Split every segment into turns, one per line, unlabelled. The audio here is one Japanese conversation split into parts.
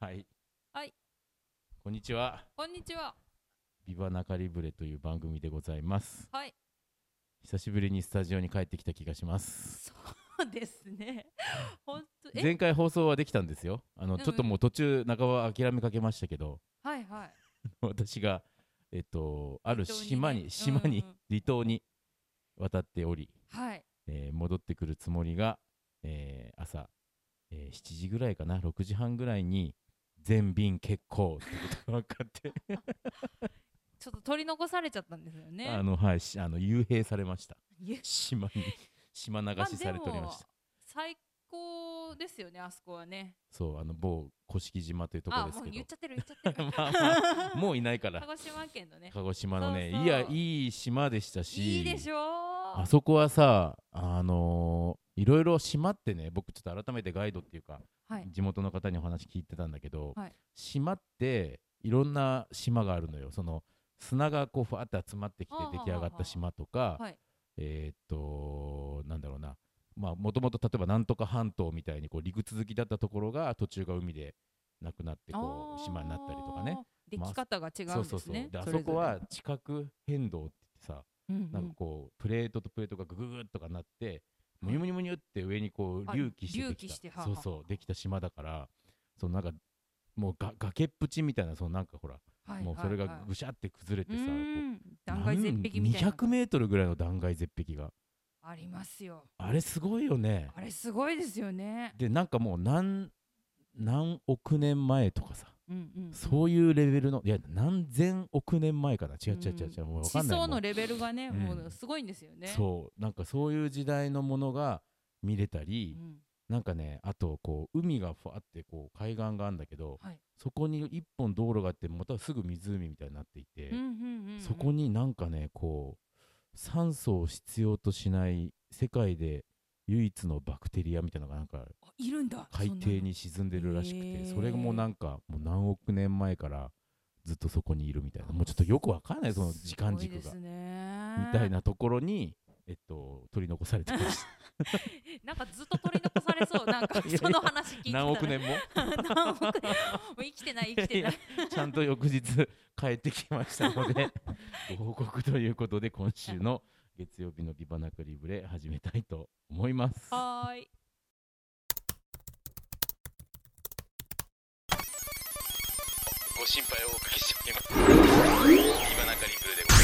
はい。
はい。
こんにちは。
こんにちは。
ビバナカリブレという番組でございます。
はい。
久しぶりにスタジオに帰ってきた気がします。
そうです ね。本当え、
前回放送はできたんですよ。あの、
うんうん
ちょっともう途中、半ば諦めかけましたけど、
はいはい。
私が、えっと、ある島に、島
島にね
に、
うんうん
離島に渡っており、
はい。
えー戻ってくるつもりが、えー朝、えー7時ぐらいかな6時半ぐらいに全便欠航ってことが分かって、
ちょっと取り残されちゃったんですよね。
あのはいしあの幽閉されました
いや
島 に島流しされておりました、
あでも最高ですよね、あそこはね。
そうあの某甑島というとこ
あ、
ろです
もう
けど
言っちゃってる、言っちゃってる。
まあ まあもういないか
鹿
ら
児島県のね。
鹿児島のね
そうそう
いやいい島でしたし
いいでしょう。
あそこはさあのーいろいろ島ってね僕ちょっと改めてガイドっていうか
はい。
地元の方にお話聞いてたんだけど、
はい
島っていろんな島があるのよその砂がこうふわって集まってきて
はあはあ
出来上がった島とか、
はい。
えーっとなんだろうなまあもともと例えばなんとか半島みたいにこう陸続きだったところが途中が海でなくなってこう島になったりとかね
あ。ー。出来方が違うんですね。
そうそうそうであ
れ
そ
ぞれ
こは、地殻変動って言ってさ、
うんうん
なんかこうプレートとプレートがグググッとかなってムニュムニュムニュって上にこう
あ
隆起して
隆
で
起
きた
してはあ
そう
はあ
そうできた島だからそのなんかもうが崖っぷちみたいなそのなんかほら、
はい
もうそれ
はい
が
はい
ぐしゃって崩れて
う
さ、こう
ーん断崖絶壁みたいなの
200メートルぐらいの断崖絶壁が
ありますよ
あれすごいよね
あれすごいですよね
でなんかもう何何億年前とかさ、
うんうんうん
そういうレベルのいや何千億年前かな違う違う違う違う、もう分かんないも
思想
う
のレベルがね、
うん
もうすごいんですよね。
そうなんかそういう時代のものが見れた
う
り、
ん
なんかねあとこう海がふわってこう海岸があるんだけど、
はい
そこに一本道路があってまたすぐ湖みたいになっていて、
うんうんうんうん
そこになんかねこう酸素を必要としない世界で唯一のバクテリアみたいなのがなんか
あいるんだ。
海
そんな
底
の。
に沈んでるらしくて、
へー
それがもうなんかもう何億年前からずっとそこにいるみたいなもうちょっとよくわかんないその時間軸
す
が
ごいです
み
ね。
たい。なところに、えっと、取り残されて ました。
なんかずっと取り残され そう。なんか
いやいや
その話聞いてたら。
何億年も
何億年。もう生きてない生きてない。
ちゃんと翌日帰ってきましたの でご報告ということで今週の月曜日の「ビバナクリブレ」始めたいと思います。
はーい。
ご心配をおかけしております。ビバナカリブレでご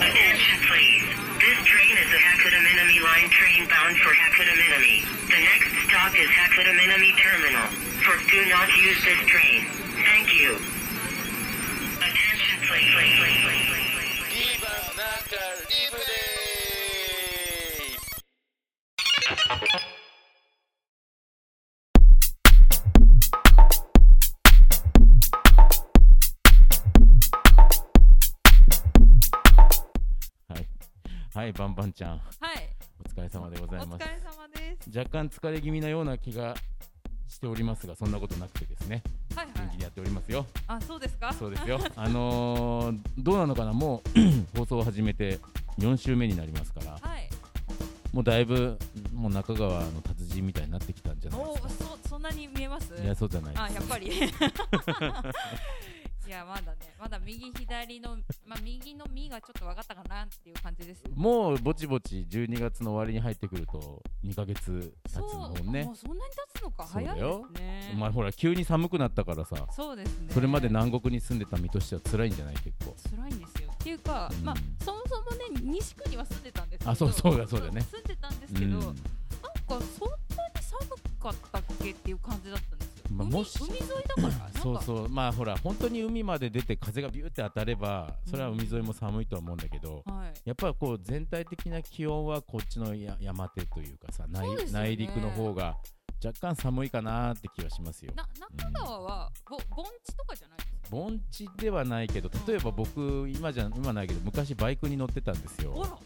Attention, please. This train is a Hakuda Minami line train bound for Hakuda Minami. The next stop is Hakuda Minami Terminal. For do not use this train. Thank you. Attention, please. please.
ビバナカリブレ はい、はい、バンバンちゃん、
はい。
お疲れ様でござい
お
ま
疲
す。
れ様です。
若干疲れ気味なような気がしておりますが、そんなことなくてですね、
はいは
元気
い
に。やっておりますよ。
あそうですか。
そうです よ。あのーどうなのかな、もう放送を始めて4週目になりますから、
はい。
もうだいぶもう中川の達人みたいになってきたんじゃない
お
で
おそそんなに見えます。
すか。いやそうじゃないです。
あやっぱ りいやまだねまだ右左のまあ右の右がちょっと分かったかなっていう感じです
もうぼちぼち12月の終わりに入ってくると2ヶ月経つの
そう
もんね
もう。そんなに経つのか
そう
早い
だ
で
よ
すね
お前ほら急に寒くなったからさ、
そうですね
それまで南国に住んでた身としては辛いんじゃない結構。
辛いんですよっていうか、
うん
まあそもそもね西区には住んでたんですけど
あそうそうだそうだね
住んでたんですけど、なんかそんなに寒かったっけっていう感じだったんですよ、
まあ
海
もし
海沿いだからなんか
そうそうまあほら本当に海まで出て風がビューって当たればそれは海沿いも寒いとは思うんだけど、
はい
やっぱこう全体的な気温はこっちのや山手というかさ内,、
そうですよね
内陸の方が若干寒いかなーって気はしますよ
な中川は、ぼ盆地とかじゃないですか
盆地ではないけど例えば僕今じゃ今ないけど昔バイクに乗ってたんです
ほ
よ
ら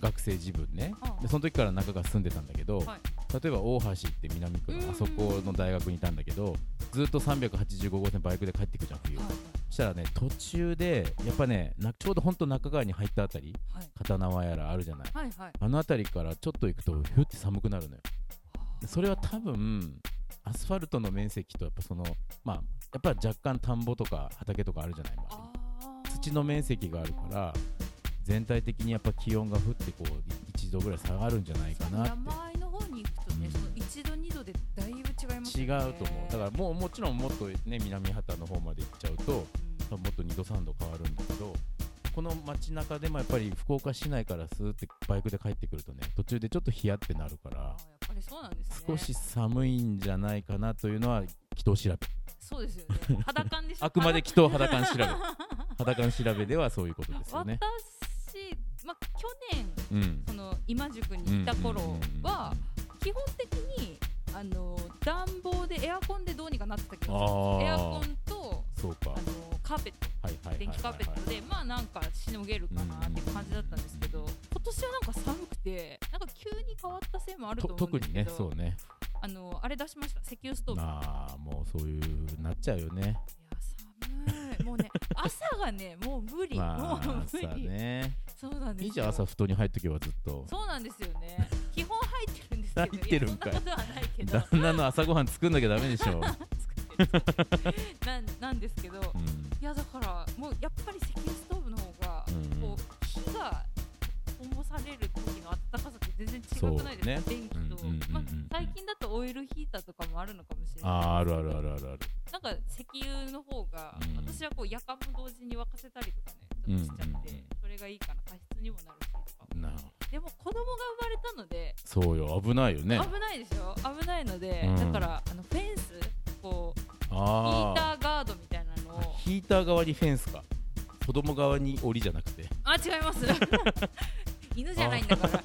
学生自分ね
うん
でその時から中が住んでたんだけど、
はい
例えば大橋って南区
うん
のあそこの大学にいたんだけどずっと385号線バイクで帰ってくじゃん冬
はい
そしたらね途中でやっぱねなちょうどほんと中川に入ったあたり
はい
片縄やらあるじゃない
はいはいはい
あの辺りからちょっと行くとふって寒くなるのよ
あー
それは多分アスファルトの面積とやっぱそのまあやっぱ若干田んぼとか畑とかあるじゃない周りに
あー
土の面積があるから全体的にやっぱ気温が降ってこう1度ぐらい下がるんじゃないかなって
山あいの方に行くとね、
うん
その一度二度でだいぶ違います
違
よ
う
ね
と思うだからもうもちろんもっとね南畑の方まで行っちゃうと
うん
多分もっと2度3度変わるんだけどこの街中でもやっぱり福岡市内からスーってバイクで帰ってくるとね途中でちょっとヒヤってなるか
あーや
ら
っぱりそうなんですね
少し寒いんじゃないかなというのは気頭調べ
そうですよね肌感でしょ
あくまで気頭肌感調べ肌感調べではそういうことですよ
私、
ね。
まあ、去年
うん
その今宿にいた頃は基本的にあの暖房でエアコンでどうにかなってたけ
あ
ど
ー
エアコンと
そうか、
あのカーペット
はいはいはいはいはい、
電気カーペットでまあなんかしのげるかなっていう感じだったんですけど
うん
今年はなんか寒くてなんか急に変わったせいもあると
と
思う
特
んです
に
け
ね
ど
そうね
あのあれ出しました石油ストーブいや
まあもうそういう風になっちゃうよね
寒いもう ね朝がねもう無理も
まあ
う無
朝
理
ね
そうなんですよ
いいじゃん朝布団に入っとけばずっと
そうなんですよね。基本入ってるんですけど、
入ってるんかい
いやそんなことはないけど、
旦那の朝ごはん作んなきゃダメでし ょ、
作ってるなんなんですけど、
うん、
いやだからもうやっぱり石油ストーブの方が、
うん
こう火が灯される時の暖かさって全然違くないですか、電気と、
うんうんうんうん
まあ。最近だとオイルヒーターとかもあるのかもしれない。
あーあるあるあるあるある
なんか石油の方が、
うん
私はこう夜間も同時に沸かせたりとかね、ちょっとしちゃって、
うんうんうん
それがいいかな、加湿にもなるしとか。
な
でも子供が生まれたので、
そうよ危ないよね
危ないでしょ危ないので、
うん
だからあのフェンスこうヒー
あ
タ
ー
ーガードみたいなのを
ヒーター側にフェンスか子供側に檻じゃなくて
あ違います 犬じゃないんだから
と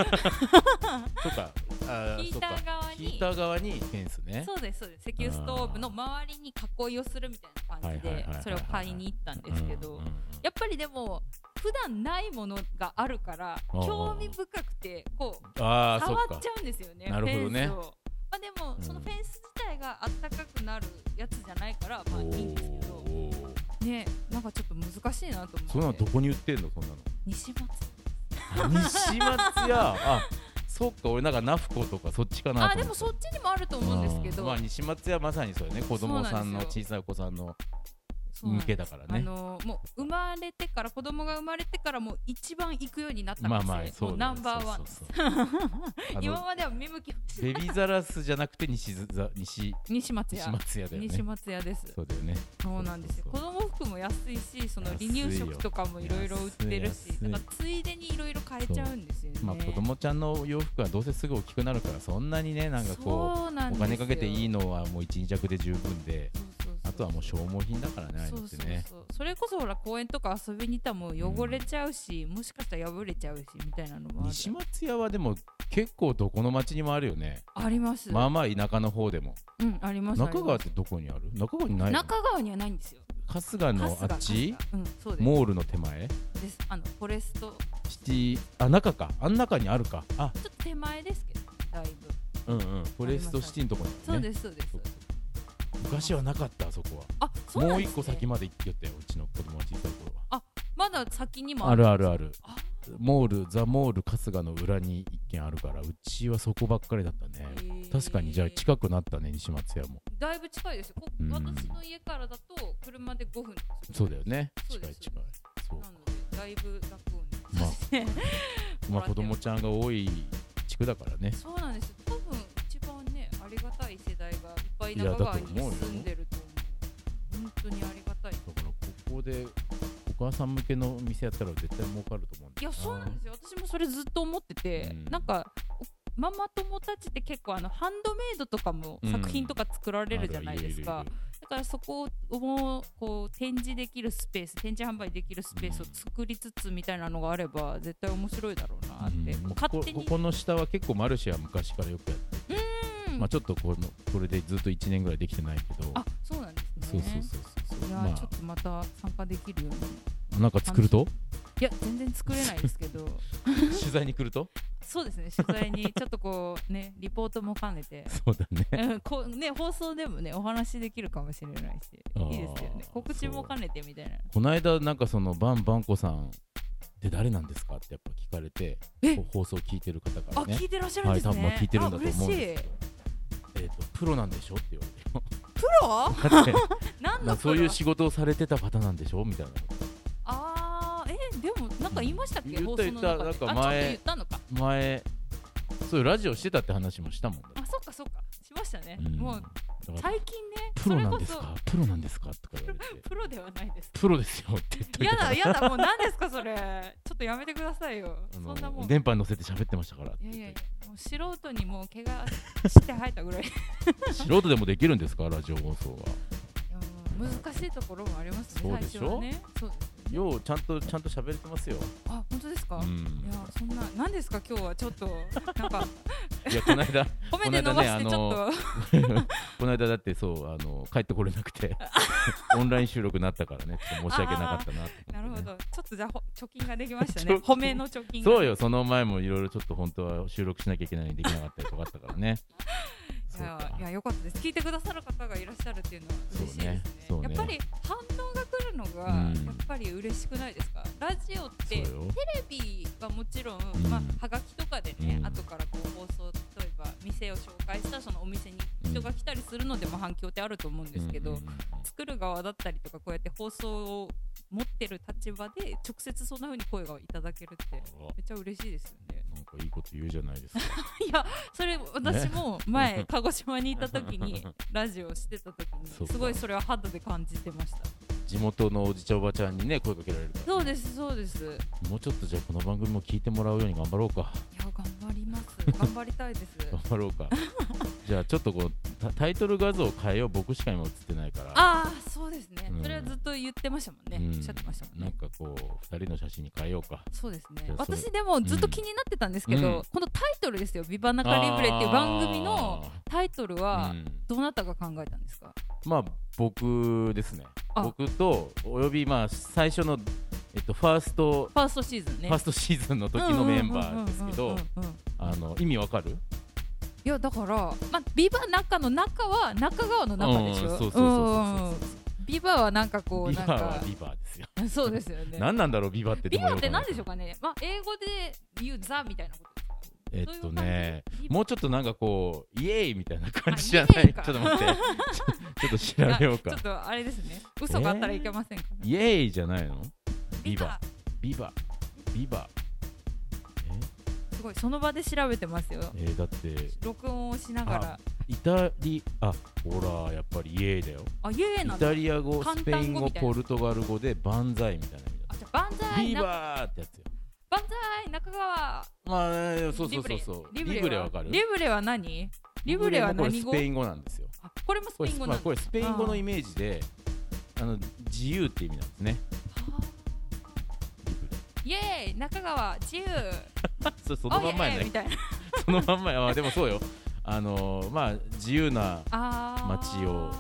かあ
ヒーター側に
ヒーター側にフェンスね
そうですそうです石油ストーブの周りに囲いをするみたいな感じ
はいはいはい
で
はいはい
それを買いに行ったんですけど、
うんうんうん
やっぱりでも普段ないものがあるから
あー
興味深くてこう
ああそ
触
っか
っちゃうんですよね
なるほどね
フェンスをまあでも
うん
そのフェンス自体があったかくなるやつじゃないからまあいいんですけど
おー
ねなんかちょっと難しいなと思って
そんなのどこに売ってんのそんなの
西松
西松屋あそっか俺なんかナフコとかそっちかな
あでもそっちにもあると思うんですけど、
うまあ西松屋まさにそうよね子供さんの
そうなんです
小
よ
さいお子さんの
そうな
向
んです
けだから
あ
ね
のもう生まれてから子供が生まれてからもう一番行くようになったんです
ま
よ、
あまあそう
もう
だ
ナ
よ
ンバーワン
そう そうそうあ
今
の
までは見向きもし
ベビーザラスじゃなくて西ずざ西
西松
西
屋
松屋だよね
西松屋です
そうだよね
そうなんですよ
そう
子
そう
供服も安いしその
安い
離
よ
乳食とかもいろいろ売ってる
安
し
い安い
だからついでにいろいろ買えちゃうんですよね、
まあ子供ちゃんの洋服はどうせすぐ大きくなるからそんなにねなんかこ
そうな
うんお
ですよ
金かけていいのはもう1、2着で十分で
そうそうそう
あとはもう消耗品だからねああいう
そ
の
う
って
そう
ね
そうそれこそほら公園とか遊びに行ったらもう汚れちゃうし、もしかしたら破れちゃうしみたいなのもある
西松屋はでも結構どこの町にもあるよね
あります、
まあまあ田舎の方でも
うんありますあります
中川ってどこにある中川にないの
中川にはないんですよ
春日のあっち
春日うんそうです
モールの手前
ですあのフォレストちょ
シティあ中かあん中にあるかあ
っと手前ですけどだいぶ
うんうんフォレストシティのとこにあ
そ
る
う
ね
ですそうです、そうです
昔はなかったあそこは
あそうな
も
ん
う
です、ね、
一個先まで行ってよったようちの子供が小さい頃は
まだ先にも
あるあるある
あ
モールザモール春日の裏に一軒あるからうちはそこばっかりだったね
へー
確かにじゃあ近くなったね西松屋も
だいぶ近いですよこ
うん
私の家からだと車で5分
そうだよね
そう
近
で
い
す
近いそう
なのでだいぶ楽をねさせて
まあ子供ちゃんが多い地区だからね
そうなんですよ多分一番ねありがたい世代がいっぱい
いや
中川に
だと思うよ
住んでると思う本当にありがたい
だからここでお母さん向けの店やったら絶対儲かると思うんだ
いやそうなんですよ私もそれずっと思ってて、
うん
なんかおママ友たちって結構あのハンドメイドとかも
うん
作品とか作られるじゃないですか、
あるある
だからそこをもうこう展示できるスペース展示販売できるスペースを作りつつみたいなのがあれば絶対面白いだろうなっ
いるい
て、
るうんもうここ
勝手に
ここの下は結構マルシェは昔からよくやってて、
うん
まあちょっとこのこれでずっと1年ぐらいできてないけど
あそうなんです
そう
ね
そうそうそう
いやー、
ま
ちょっとまた参加できるように
あなんか作ると
いや全然作れないですけ ど
取材に来ると
そうですね取材にちょっとこうねリポートも兼ねて
そうだね
うんこうね放送でもねお話しできるかもしれないし
あー
いいですよね告知も兼ねてみたいな
この間なんかそのバンバンコさんって誰なんですかってやっぱ聞かれて
え
こう放送聞いてる方か
あ
らね
聞いてらっしゃるんですね、
はい多分まあ聞いてるんだと思うんです
あ嬉しい
えっ、とプロなんでしょって言われて
プロ
だ って
何
ま
の
あ
プ
そ
ロ
ういう仕事をされてた方なんでしょみたいな
あーえでもなんか言いましたっけ、
言
放
った
送の中で
言った
あ
なんか前
ちょっと言ったのか
前そういうラジオしてたって話もしたもんだって
あそっかそっかしましたね、
うん
もう
だから
最近ね
プロなんです
それこ
かプロなんですかとか言われて
そプロではない です
プロですよって言っとい
や
たから
だやだもう何ですかそれちょっとやめてくださいよ
あ
そ
の
んなもんい
電波に乗せて喋ってましたからって
やいや
言
い
っ
やもう素人にもう怪我して生えたぐらい
て素人でもできるんですかラジオ放送は
うん難しいところもありますね
そう
最
でし
初
ょ
はねそうです
ようちゃんとちゃんと喋れてますよ
あ本当ですか、
う
い
ん
やそんな何ですか今日はちょっと なんか
いやこの間
褒めて伸ばしてちょっ
この
と、
この間だってそうあの帰ってこれなく てオンライン収録になったからねちょっと申し訳なかったなと
なる
思っ
ほ
てね
どちょっとじゃあほ貯金ができました
貯
ね
金
褒めの貯金が
そうよその前もいろいろちょっと本当は収録しなきゃいけないのにできなかったりとかあったからね
い
そう
や
か
いや良かったです聞いてくださる方がいらっしゃるっていうのは嬉しいですね
そうねそうね
やっぱり反応が来るのが
うん
やっぱり嬉しくないですか、ラジオって
そう
テ
よ
レビはもちろん、
ん
まあ、はがきとかでね、
うん
後からこう放送例えば店を紹介したらそのお店に人が来たりするのでも反響ってあると思うんですけど、
うんうんうん
作る側だったりとかこうやって放送を持ってる立場で直接そんな風に声がいただけるって
あ
めっちゃ嬉しいですよね。
なんかいいこと言うじゃないですか。
いやそれ私も前、 鹿児島にいた時にラジオしてた時
そう
に
か
すごいそれは肌で感じてました
地元のおじちゃんおばちゃんにね声かけられるから、
そうですそうですいや
もうちょっとじゃあこの番組も聞いてもらうように頑張ろうか。
頑張ります頑張りたいです
頑張ろ うか。じゃあちょっとこうタタイトル画像を変えよう。僕しか今映ってないから。
ああそうですね、
うん
それはずっと言ってましたもんね、
うん
おっしゃってましたもん
なん
ね
かこう二人の写真に変えようか。
そうです
じ
ね
ゃあそれ
私でもずっと気になってたんですけど、
うん
このタイトルですよ「ビバナカリブレ」っていう番組のタイトル
あー
は
うん
どなたが考えたんですか、
まあ僕ですね。
あ
僕とおよびまあ最初のえっとファースト、
ファーストシーズンね
ファーストシーズンの時のメンバーですけ
うんう
ど
んうん、うんうんうん
あの意味わかる？
いやだから、まあ、ビバ中の中は中川の中でしょ。
うんそうそうそうそう
うんビバはなんかこう
ビ
なん
バは
か
ビバですよ。
そうですよね。
何なんだろうビバって
ビバって
な
何でしょうかね。まあ英語で言うザみたいなことですか。
えっ
そういう
と
感じ
ね
ビバ
もうちょっとなんかこうイエーイみたいな感じじゃ
あ
な
イエー
い
イ
ちょ
か
っと待って ちょちょっと調べよう
あちょ
か
っとあれですね。嘘があったらいけませんか。
イエーイじゃないのビバビバビバ
すごいその場で調べてますよ。
ええーだって
録音をしながら
イタリアほらやっぱりイエーイだよ
あイエーイな
イ
んだ。
タリア語
簡
スペイン
単語
語
みたいな
ポルトガル語でバンザイみたいな意味
あじゃあバ
だ
ンザイ
ビ
なバン
バーってやつよ
ザイ中川
まあそうそうそうそう
リブレ
リブレわかる
リブレは何？リブレは
もこれ
何
ス
語？
ペイン語なんですよ
あこれもス
こ
ペ
れ
イン語なん
まあ
だ
これスペイン語のイメージであの自由って意味なんですねリブレ
イエーイ中川自由
そそ
そ
のまんまや
み
ね。
たいな
そのまんまや。あ でもそうよ。あのーまあ自由な
あー
街を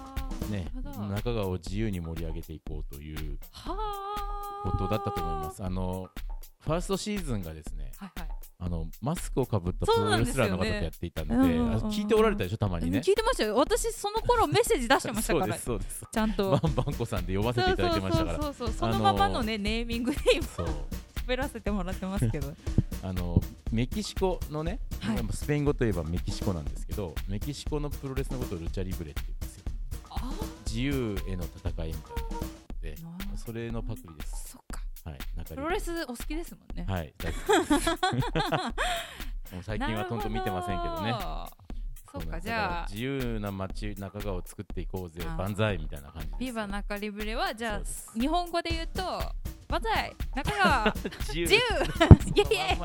ね
なるほどは
中川を自由に盛り上げていこうという
あ
ことだったと思います。あのファーストシーズンがですね、
はいはい
あのマスクをかぶったプ
そう
ロ
なん
レ
で
ス
すよ
ラー
ね
の方とやっていたので、
うんうんうんうん
あ聞いておられたでしょたまにね。
聞いてましたよ私その頃メッセージ出してまし た
そう
か
で
ら
すそうです。
ちゃん
バ
と
ンバンコさんで呼ばせていただきましたから。
そうそうそうそうそのままのね、ネーミングで今
そう
喋らせてもらってますけど
あのメキシコのね、
はい
やっぱスペイン語といえばメキシコなんですけどメキシコのプロレスのことをルチャリブレって言うんですよ
あ
自由への戦いみたいなのがあって
ーな
それのパクリです。
そっか
はい、中
プ
リ
ロレスお好きですもんね、
はい、大好きで す。もう最近はとんと見てませんけど
なる
ね。
ほどそっ
うなん
か
ですだ
じゃ
から
あ
自由な街中川を作っていこうぜ
あー
万歳みたいな感じです。
ビバ中リブレはじ
そう
ゃ
で
あ
す
日本語で言うとバンザイ中川
自由
自由イエイイエ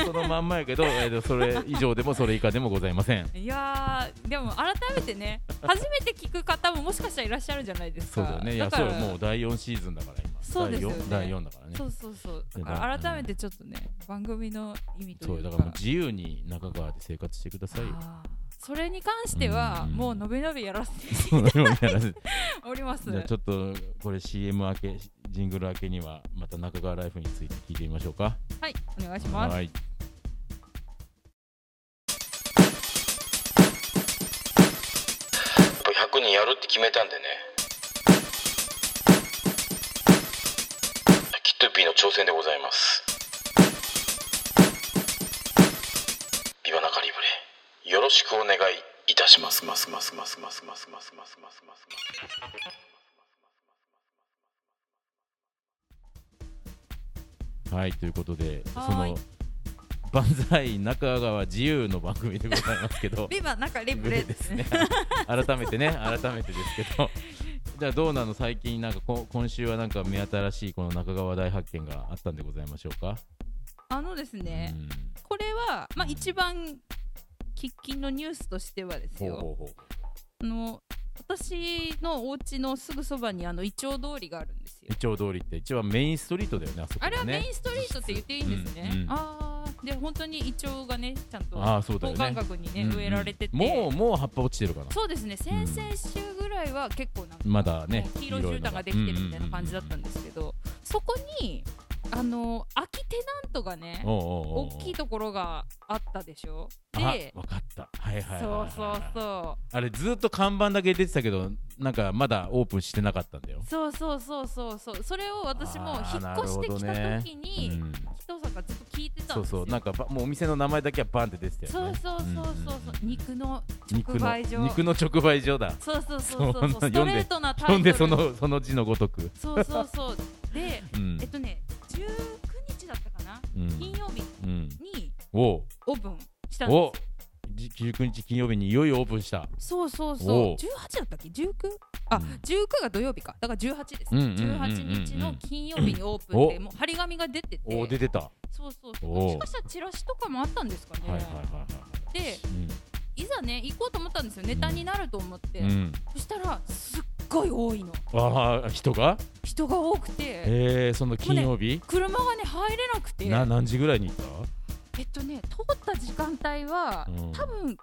イ
そのまんまやけ ど、えっとそれ以上でもそれ以下でもございません。
いやーでも改めてね初めて聞く方ももしかしたらいらっしゃるじゃないですか
そうだよね。いや
か
そう
ら
よもう第四シーズンだから今。
そうですよね
第四だからね
そ。うそうそうだ
だか
からら改めてちょっとね、番組の意味と
そ
いうう
だ
か
からもう自由に中川で生活してくださいよ。
あーそれに関しては、
うん
もうのびのびやらせ て
そのようにやらせて
おります
じゃあちょっとこれ CM 明けジングル明けにはまた中川ライフについて聞いてみましょうか。
はいお願いします
い。
100人やるって決めたんでねキットピーの挑戦でございますビバナカリブレよろしくお願いいたしますますますますますますますますますます
はいということでそ
はーい
の万歳中川自由の番組でございますけど
ビバなんかレブ
無
レ
理
で
ですす
ね
ね 改めてね改めてですけどじゃあどうなの最近なんかこ今週はなんか目新しいこの中川大発見があったんでございましょうか、
あのですね、
うん
これは、まあ、一番喫緊のニュースとしてはです
ほう
よ
ほうほう
あの私のお家のすぐそばにあのイチョウ通りがあるんですよ
一丁通りって一番メインストリートだよねあそこ
あれは
ね
メインストリートって言っていいんですね、
うんうん
ああで本当にイチョウがねちゃんと
ああそうだよ
等
ね
間隔にね、
うんうん
植えられてて
もうもう葉っぱ落ちてるかな
そうですね先々週ぐらいは結構なんか、
まだね
もう黄色い絨毯ができてるみたいな感じだったん
で
ですけど、そこにあの空きテナントがね大きいところがあったでしょで
あわかったはいはいはいはい
そ
は
う
い
そうそう
あれずっと看板だけ出てたけどなんかまだオープンしてなかったんだよ
そうそうそうそうそうそれを私も
あー
引っ越してきた
なるほどね
時に、
うん
人さんがずっと聞いてた
そ
ん
う
ですよ
そうなんかばもうお店の名前だけはバンって出てた
そ
よ
う
ね
そうそうそうそう、
んんん
肉の
肉
直
の
売所
肉の直売所だ
そうそうそうそう
そん
そ
な
うストレートなタイト
ほ
ル
んでそ のその字のごとく
そうそうそうで
うん
えっとね19日だったかな
うん
金曜日
うん
に
おう
オープンしたんで
おじ19日金曜日にいよいよオープンした
すそうそう
お
そうう18だったっけ 19? あ、
うん
19が土曜日かだから18です、
うん
ね
うんうんうんうん
18日の金曜日にオープンで
お
もう張り紙が出てて
お出てたは
そうそうそう
お
もしかしたらチラシとかもあったんですかね、
いはいはいはい
で
うん
いざね行こうと思ったんですよネタになると思って、
うん、
そしたらすっごい多いの
ああ人が
人が多くて
えー、その金曜日、
車がね入れなくて
な何時ぐらいに行った
えっとね通った時間帯は、
うん
多分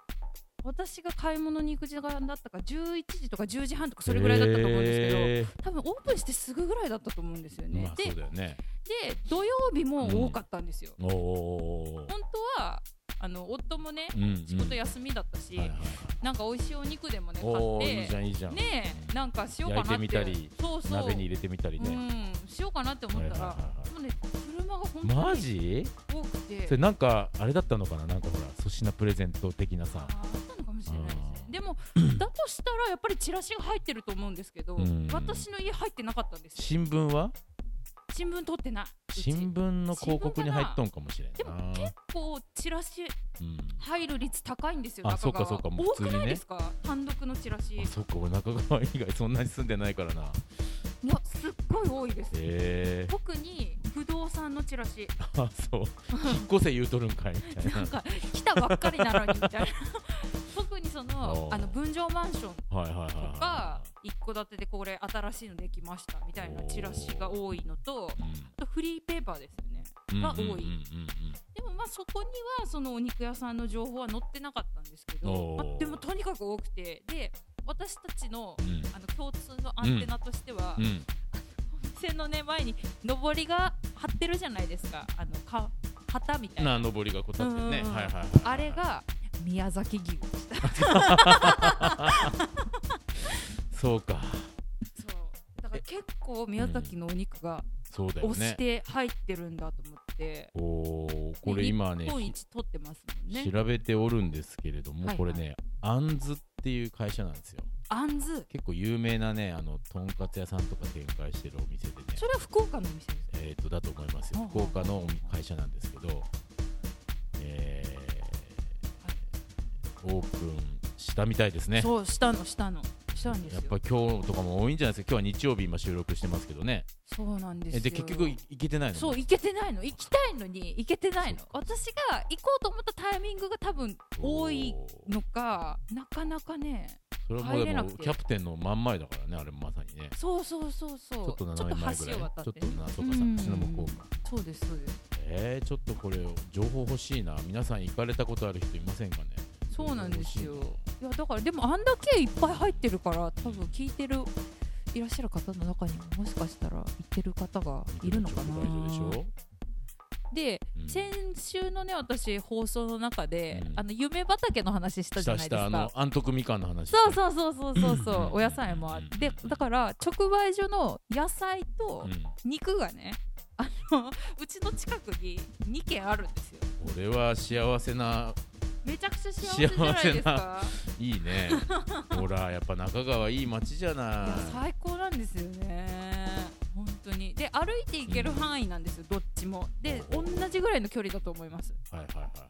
私が買い物に行く時間だったか11時とか10時半とかそれぐらいだったと思うんですけど、
え
多分オープンしてすぐぐらいだったと思うんですよ
ー
ね、
まあ
で
そうだよね
で土曜日も多かったんですよ、
おーおーおー
本当はあの夫もね
おーうんうん
仕事休みだったし、
はいはい
なんか美味しいお肉でもね買
お
って
ーいいじゃんいいじゃん、
ねえなんかしようかなって
焼いてみたり
そうそう
鍋に入れてみたりね、
うん、しようかなって思ったら、
はいはいはいはい
もうね車が本当
マ
に
ジ
多くて
それなんかあれだったのかななんかほら粗品プレゼント的なさ
あーあったのかもしれないですね
あー
でもだとしたらやっぱりチラシが入ってると思うんですけど、
うん
私の家入ってなかったんですよ
新聞は
新聞取ってないうち
新聞の広告に入っとんかもしれん
でも
な
結構チラシ
うん
入る率高いんですよ
あ
中川
そうかそうかもう普通にね
多くないですか単独のチラシい
あそっか俺中川以外そんなに住んでないからな
やすっごい多いです、
えー、
特に不動産のチラ シ
あそう引っ越せ言うとるんかいみたいな
なんか来たばっかりなのにみた いな特にその
おー
あの分譲マンション
はいはいはい
と
は
か一戸建てでこれ新しいのできましたみたいなチラシが多いのと
い、うん
あとフリーペーパーですよねが多い
うんうんうんうん
でもまあそこにはそのお肉屋さんの情報は載ってなかったんですけど、
おー
まあ、でもとにかく多くてで私たちの
うん
あの共通のアンテナとしては、
うんうん
店のね前に上りが貼ってるじゃないですかあのか旗みたいな
な上りがこたつでね、
うんうんうん
はいはいはい
あれが宮崎牛でした
そうか
そうだから結構宮崎のお肉が
そうだよ
押し
ね
て入ってるんだと思って。
おおーこれ今ね
日本一取ってますもんね。
調べておるんですけれども、
はいはい
これねあんずっていう会社なんですよ
あんず。
結構有名なねあのとんかつ屋さんとか展開してるお店でね
それは福岡のお店ですか。
えー、とだと思います
ほ
よ
うほ
福
う
岡の会社なんですけど、えーオープンしたみたいですね
そう、したの、したの。したんです
やっ
よ。
ぱ今日とかも多いんじゃないですか今日は日曜日今収録してますけどね
そうなんです
え
よ。
で結局い行けてないの
そう、行けてないの。行きたいのに、行けてないの。私が行こうと思ったタイミングが多分多い
おー
のか、なかなかね。
それはもう
入れ
で
な
も
くて
キャプテンの真ん前だからねあれもまさにね
そうそうそうそう。
ちょっと斜め前ぐらい
ちょっと橋を渡って
ち
ね。
ょっとなそうか
ん
そっちの向こうか
そうです、そうです。
えー、ちょっとこれ情報欲しいな皆さん行かれたことある人いませんかね
そうなんですよ。いやだからでもあんだけいっぱい入ってるから多分聞いてるいらっしゃる方の中にももしかしたら行ってる方がいるのかな。
大丈夫でしょ、
で
うん
先週のね私放送の中で、
うん
あの夢畑の話したじゃないです
下々あ
か。
の安徳みかんの話
そうそうそうそうそうそううんお野菜もあって
うん
だから直売所の野菜と
ん
肉がね、あのうちの近くに2軒あるんですよ。
これは幸せな
めちゃくちゃ幸せじゃないですか
いい ねほらやっぱ中川いい街じゃ
いや
ない
最高なんですよね本当にで歩いていける範囲なんですよどっちもで
お
同
うおう
じぐらいの距離だと思います
はいはいはいは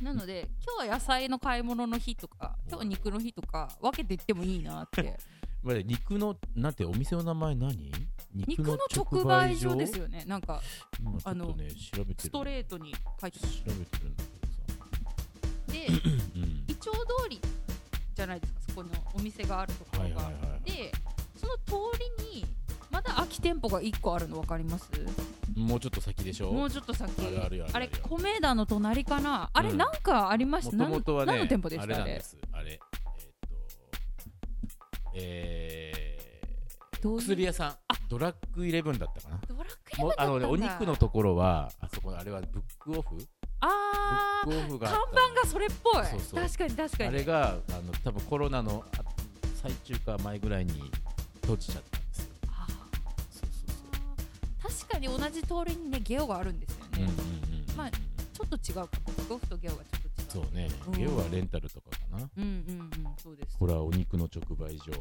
い
なので今日は野菜の買い物の日とか今日肉の日とか分けていってもいいなって
まあ肉のなんてお店の名前何肉
肉の直売所ですよねなんか
今ちょっとね調べてる
ストレートに書いて
調べてるんだけどさ、
でイチョウ通りじゃないですかそこのお店があるところが、
はいはいはい
でその通りにまだ空き店舗が1個あるの分かります
うん、もうちょっと先でしょ
もうちょっと先
あるあるあるある
あれ米田の隣かなあれ
うん
なんかありまし
もと
た、なん
もとはね
何の店舗でし
あれ
た
な
あ
んで
れ
すあれえっとえ
ど
ー、
ういう
薬屋さんドラッグイレブンだったかな
ドラッグイレブ
もう
ンだった
あ
んだ
のねお肉のところはあそこのあれはブックオフブ
あ
ッ
ー
クオフがあ
看
ったの
板がそれっぽい
そうそう
確かに確かに
あれがあの多分コロナのあ最中か前ぐらいに閉じちゃったんですよ
あ
そうそう
ー確かに同じ通りにねゲオがあるんですよ
そう
ね、
うんうんうん、
まあちょっと違うかもゴフとゲオがちょっと
そ
違う
うね
うん
ゲオはレンタルとかかな
うんうんうんそうです
ほらお肉の直売所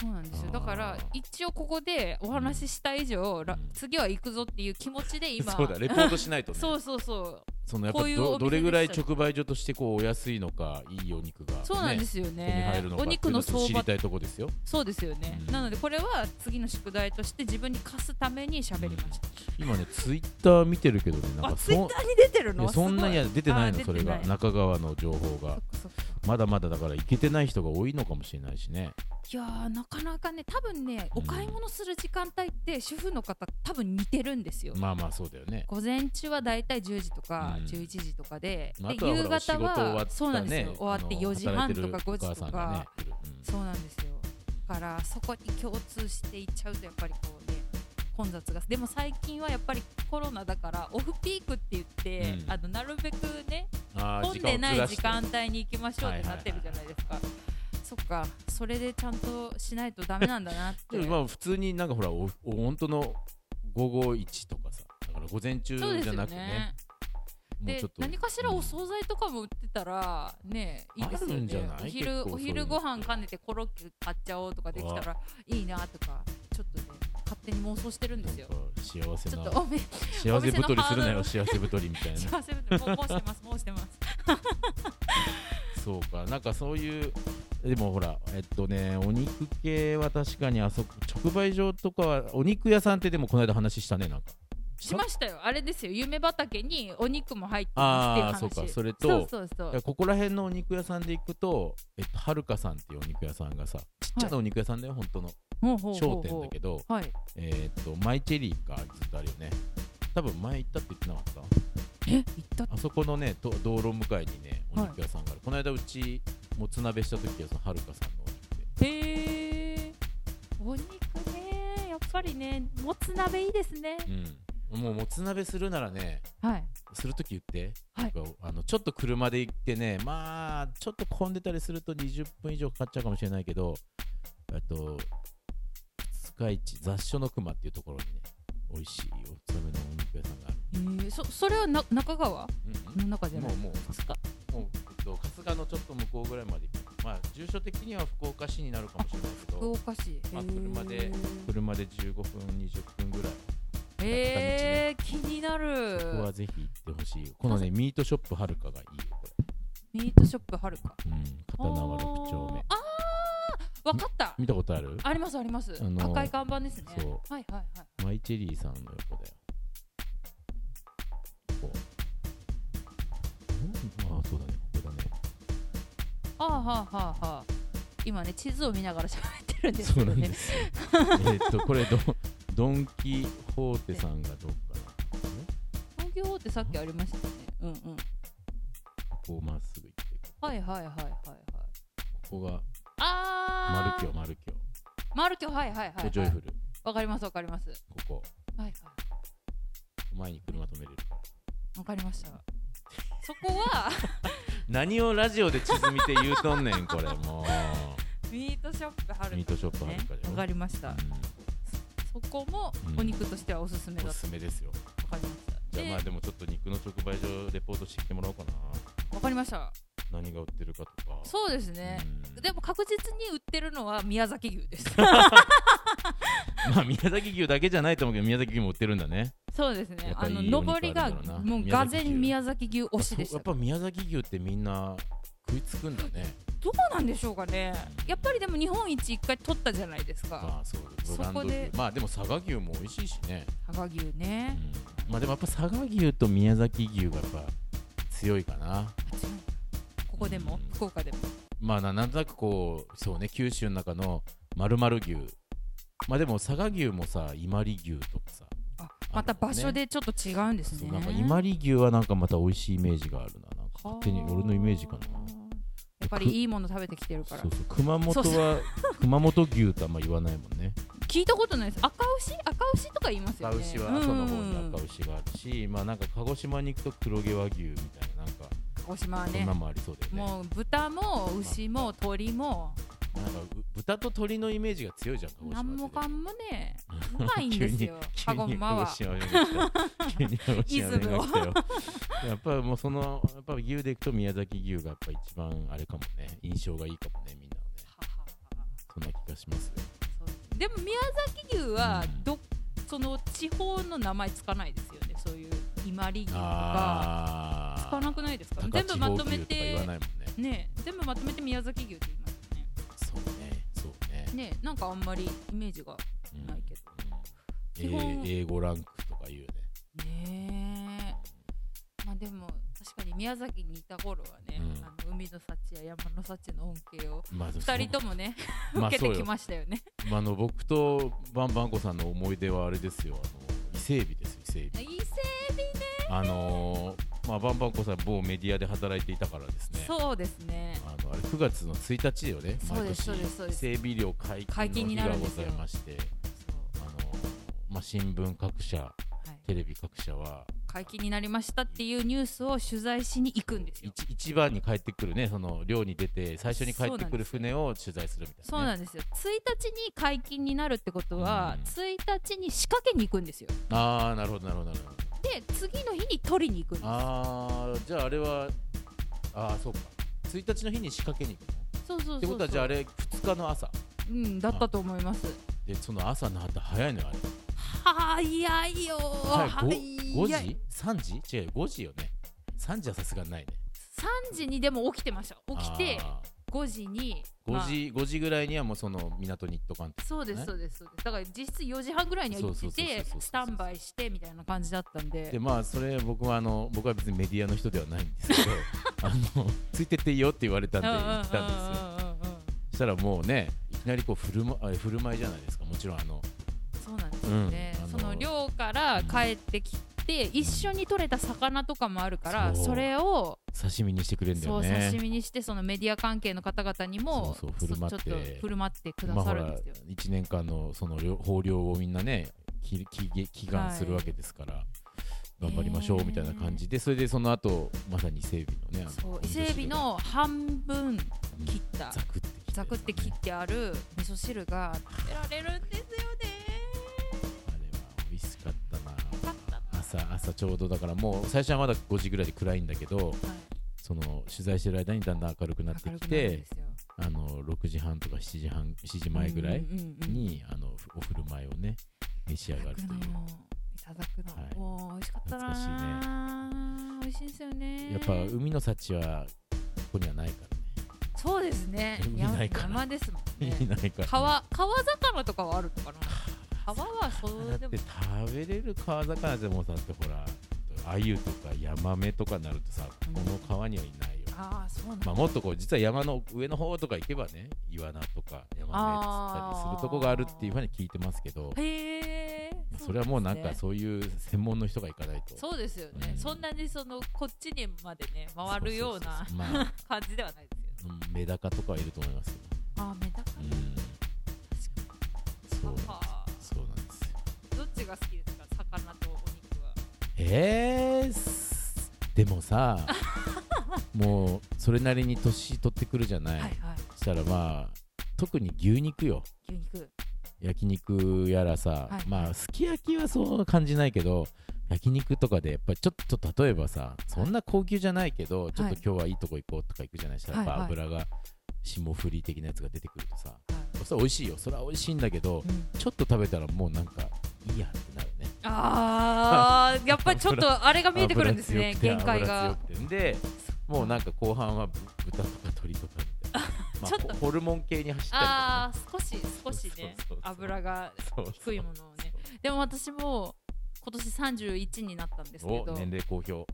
そうなんですよだから
あー
一応ここでお話しした以上、ら
うん
次は行くぞっていう気持ちで今
そうだレポートしないとね
そうそうそう
そのやっぱ
こういうお
ど
店
どれぐらい
でした
直売所としてこうお安いのかいいお肉が、ね、
そうなんですよね
手に入るのか
お肉の
っていうを
相
知
場
りたいとこですよ
そうですよね、
うん
なのでこれは次の宿題として自分に課すために喋りました、
今ねツイッター見てるけどねなん
あ
か
ツイッ
そ
ターに出てる
いや
の
そんなには出てない
あ
の
ー
それが
出てない
中川の情報
すごい
が
そっかそっか
まだまだだから行けてない人が多いのかもしれないしね
いやーなかなかね多分ね
う
お
ん
買い物する時間帯って主婦の方多分似てるんですよ、
まあまあそうだよね
午前中はだいたい10時とか
うん
11時とかで,、
まああ
で
とはほ
夕
らお仕
方
事終わった
は
ね
そうなんですよ終わって
あの
4時半とか
働いてる
5時と
お母さん
か、
がね来るうん
そうなんですよだからそこに共通していっちゃうとやっぱりこうね混雑がでも最近はやっぱりコロナだからオフピークって言って、
うん
あのなるべくね
あー
混んでない時
時間を
間
ずらして
帯に行きましょうってなってるじゃないですか、そっかそれでちゃんとしないとダメなんだなって
でもまあ普通になんかほらおお本当の午後1とかさだから午前中
そうで
じ
す
ゃ
よ
なくね
ね
もう
で
ちょっと
何かしらお惣菜とかも売ってたらねいいですよ
あるん
ね
じゃない
お
結
昼
構
お
そういう
昼
の
ご飯兼ねてコロッケ買っちゃおうとかできたらいいなとかちょっとね勝手に妄想してるんですよ
なんか幸せ
ちょっ
な
とおめ
幸せ太りするな
お
よ
店
幸せ太りみたいな
幸せぶってもうもうしてますもうしてます
そうかなんかそういうでもほらえっとねお肉系は確かにあそこ直売所とかはお肉屋さんってでもこの間話したねなんか
しましたよあれですよ夢畑にお肉も入ってますっていう話
あーそうかそれと
そうそうそ
いうやここら辺のお肉屋さんで行くと、えっと、はるかさんっていうお肉屋さんがさちっちゃなお肉屋さんだよ、本
ほうほ
当
う
の
ほう
商店だけど
どはい
えーっとマイチェリーかずっとあるよね多分前行ったって言ってなかった
え行った
あそこのねと道路向かいにねお
はい
肉屋さんがある、この間うちもつ鍋した時はそのはるかさんのお肉で
へえお肉ねやっぱりねもつ鍋いいですね
うん、もうもつ鍋するならね
はい
するとき言って、
はい
あのちょっと車で行ってねまあちょっと混んでたりすると20分以上かかっちゃうかもしれないけどあと二日市雑所の熊っていうところにね美味しいおつ鍋のお肉屋さんがある、
えー、そそれはな中川
うん
の中じゃない
もうもう
ですか
もう、えっと、春日のちょっと向こうぐらいまで行くまあ住所的には福岡市になるかもしれないけ
福
ど
岡市
まあ車で
へー
車で15分20分ぐらい
えー、気になる
ここはぜひ行ってほしいこのねミートショップはるかがいいよこれ
ミートショップはるか
うん、片縄六丁目
あーあーわかった
見たことある
ありますあります、
あのー
赤い看板ですね
そ
はいはいはい
マイチェリーさんの横だよここうんああそうだねここだね
ああはあはあはあ今ね地図を見ながら喋ってるんです
そ
け
うな
ど
ん
ね
ですよえっとこれドドン・キホーテさんがどっか
東京ってさっきありましたねうんうん
なここをまっすぐ行って
はいはいはいはいはい
ここがマ
あ
ル
ー
キョマルキョ
マルキョはいはいはい、
ここジョイフル
わかりますわかります
ここ
はいはい
前に車止めれるから
わかりましたそこ は
何をラジオで地図見て言うとんね んこれも
ミートショップはるか
うミートショップはるか
わ
だ
か
よ、
りましたそこも
うん
お肉としてはおすすめ
うん、
だ
お
と
すすめですよ
わかりました
じゃあまあ
で
でもちょっと肉の直売所レポートしてきてもらおうかな。
わかりました
何が売ってるかとか
そうですね、
うん
でも確実に売ってるのは宮崎 牛です
まあ宮崎牛だけじゃないと思うけど宮崎牛も売ってるんだね
そうです
や
ね
っぱ
あ
いい
の
お肉
上り
あ
が
るからな
もう
宮
が
崎牛
ぜん宮崎牛推しでし
や
た
っぱ宮崎牛ってみんな食いつくんだね
どうなんでしょうかねやっぱりでも日本一一回取ったじゃないですか
まあそう
そ
ブランド
こ
牛
で
まあでも佐賀牛も美味しいしね、
羽賀牛
う
ね
んまあでもやっぱ佐賀牛と宮崎牛がやっぱ強いかな
あ違うここでも
うん
福岡でも
まあななんとなくこうそうね九州の中の丸々牛まあでも佐賀牛もさ伊万里牛とかさ
あまた場所でちょっと違うんです
そう
ね
なんか伊万里牛はなんかまた美味しいイメージがあるななんか
はあ
勝手に俺のイメージかな
やっぱりいいもの食べてきてる
そ
か
う
ら
そう熊本
そう
は 熊本牛ってあんま言わないもんね
聞いたことないです赤牛赤牛とか言いますよ
赤
ね
牛
うん
はその方に赤牛があるし、まあなんか鹿児島に行くと黒毛和牛みたいななんか
鹿児島は
そん
ね
なもありそうだよね
もう豚も牛も鳥も
なんかう豚と鳥のイメージが強いじゃん鹿児島
なんもかんも ねうまいん
急
です
に
よ
急
鹿
に
児島は
鹿児島弁が来た急に鹿児島弁が来たよやっぱりもうそのやっぱ牛でいくと宮崎牛がやっぱ一番あれかもね印象がいいかもねみんなのねそんな気がしますよ
そうでも宮崎牛はどその地方の名前つかないですよねそういう伊万里牛とか
あ
つかなくないですか
高
全
千
部
穂
まとめ
牛とか言わ
て
ないもんね
ね全部まとめて宮崎牛って言いますよね
そうねそうね
ねなんかあんまりイメージが
うん
ないけど基
うん
本
英英語ランクとか言うよね
ねえまあでも確かに宮崎にいた頃はね、
うん
あの海の幸や山の幸の恩恵を
まあでもそう
二人ともね
まあ
受け
そう
て
よ
きましたよね、
まああの僕とバンバンコさんの思い出はあれですよあの伊勢海老です伊勢海老
伊勢海老ね
あのーまあバンバンコさん某メディアで働いていたからですね
そうですね
あのあれ9月の1日よね、
そう
毎
で
年
すそうですそう
伊
です
勢海老漁解
解禁
禁の日
になる
が
んで
ご
す
ざ
よ
いまして、
そう
あのまあ、新聞各社、
はい、
テレビ各社は
解禁になりましたっていうニュースを取材しに行くんですよ
一一番に帰ってくるね、その漁に出て、最初に帰っ
そう
て
なん
く
で
る
すよ
船を取材するみたいな、ね。
そうなんんですよ1日に解禁になるってことは、
うん
1日に仕掛けに行くんですよ
ああ、なるほど、なるほど、なるほど。
で次の日に取りに行くんです
ああ、じゃああれは、ああ、そうか、1日の日に仕掛けに行くの
そうそうそうそう
ってことは、じゃああれ、2日の朝、
うんだったと思います
で、その朝の旗、早いのよ、あれ。
早いよ
早い5
早い
時 ?3 時違うよ、5時よね。3時はさすがにないね。
3時にでも起きてました起きて
あー
5時にまあ
5時、5時ぐらいにはもうその港に行っとかんと
そうです
ね
そうですそうですだから実質4時半ぐらいには行って
そうそうそうそう
て
そうそう
スタンバイしてみたいな感じだったんで
でまあそれ僕はあの僕は別にメディアの人ではないんです けどあのついてっていいよって言われたんで行ったんですよ
うんうんうんうんうん
そしたらもうねいきなりこう振る,、ま、あ振る舞いじゃないですかもちろんあの
そうなんですよね、
うん
その寮から帰ってきて一緒に取れた魚とかもあるから
そう
それを
刺身にしてくれるんだ
そ
よ
う
ね
刺身にしてそのメディア関係の方々にも
そうそう振る舞って
ちょっと振る舞ってく
ま
だ
あほ
さるん
ら
ですよ、
1年間のその漁豊漁をみんなねきき祈願するわけですから、頑張りましょうみたいな感じでそれでその後まさに伊勢海老のねあ
そう
の
伊勢海老の半分切った
ザクって切った
ザ
やつ
クって切
ね
ってある味噌汁が食べられるんですよ
あれは
ね
美味しかったな
かったな
朝朝ちょうどだからもう最初はまだ5時ぐらいで暗いんだけどその取材してる間にだんだん明るくなって
明る
き
くなる
て
んですよ
あの6時半とか7時半7時前ぐらい
うんうんうんうん
にあのお振る舞いをね召し上がるとい
いただく
う
のいただくの、
はい
もう美味しかったな
懐
美味しいんですよね
やっぱ海の幸はここにはないからね
そうですね
海
山
ないから
山ですも ん
い
ね
ないからね
川川魚とかはあるのかな川はそう
だ
で
っ
も
て食べれる川魚でもさってほら鮎とかヤマメとかになるとさ
うん
この川にはいないよ
ああそうなんだ、
まあ、もっとこう実は山の上の方とか行けばねイワナとかヤマメ釣ったりするとこがあるっていうふうに聞いてますけど
へえ
まあそれはもうなんか
そ
そういう専門の人が行かないと
うですよね、
うん
そんなにそのこっちにまでね回るような
そうそうそうそうまあ
感じではないですよね
うんメダカとかはいると思いますけ
ああメダカ
ど、うん、そうなんです
はあ
そうなんですよ
どっちが好きですか魚とお肉は
えーす、でも さもうそれなりに年取ってくるじゃない、
はいはい
そしたらまあ特に牛肉よ
牛肉
焼肉やらさ、
はい
まあすき焼きはそう感じないけど焼肉とかでやっぱりちょっと例えばさそんな高級じゃないけど、ちょっと今日はいいとこ行こうとか行くじゃないしたら、
はい
やっぱ
はい
油が霜降り的なやつが出てくるとさ、
い
それは美味しいよそれは美味しいんだけど、
うん
ちょっと食べたらもうなんかいいやってなるね
あーやっぱりちょっとあれが見えてくるんですね
油強
限
くて
界が
油強くてでもうなんか後半はぶ豚とか鶏とかみ たいな、まあ
ちょっと
ホホルモン系に走ったりと
あ
か
あ少し少しね
そうそうそう
油が
ねそうそう
低いものをねでも私も今年31になったんですけど、
お年齢公表
うん、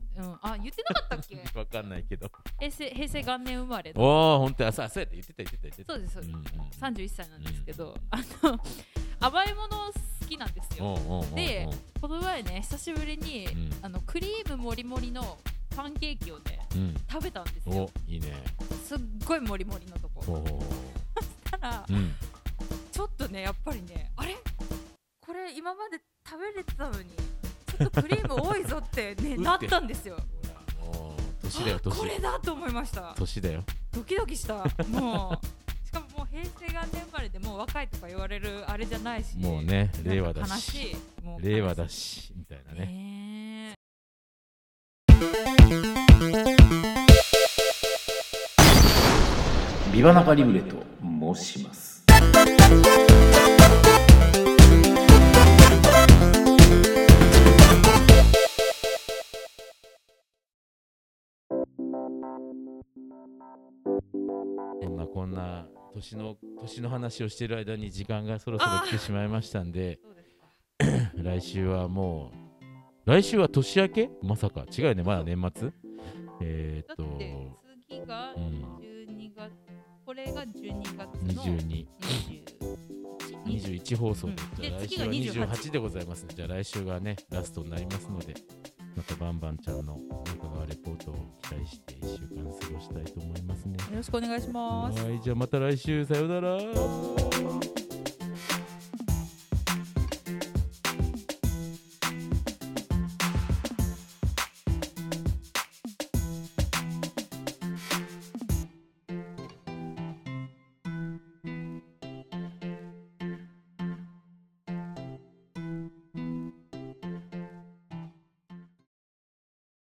あ言ってなかったっ け
わかんないけど
平成平成元年生まれの
おお本当あそうそうやって言ってた言ってた言ってた
そうですそうです、
ん
31歳なんですけ
うん
ど、あの甘いもの好きなんですよ
うんうんうんうん
でこの前ね久しぶりに、
ん
あのクリームもりもりのパンケーキをね
うん
食べたんですよ
おいいね
すっごいもりもりのとこ
ほうほうほ
たら
ううん
ちょっとねやっぱりねあれこれ今まで食べれてたのにちょっとクリーム多いぞってね
うって
なったんですよ
ほらもう年だよ
あこれ
年
だと思いました
年だよ
ドキドキしたもうしかももう平成元年生まれでもう若いとか言われるあれじゃないし
もうね
なんか
令和だ
悲し
し
いもう悲しい
令和だしみたいなね
ね
ビバナカリブレと申します。
こんなこんな年の年の話をしてる間に時間がそろそろ来てしまいましたんで
そうですか
来週はもう来週は年明けまさか違うよねまだ年末えー、
だ
っと
って次が
うん
12月、これが12月の
22
20
21放送
うん
じゃあ
で
来
次
週
が
は
28
28でございますねじゃあ来週がねラストになりますのでまたバンバンちゃんの中川レポートを期待して1週間過ごしたいと思いますね
よろしくお願いします
はいじゃあまた来週さようなら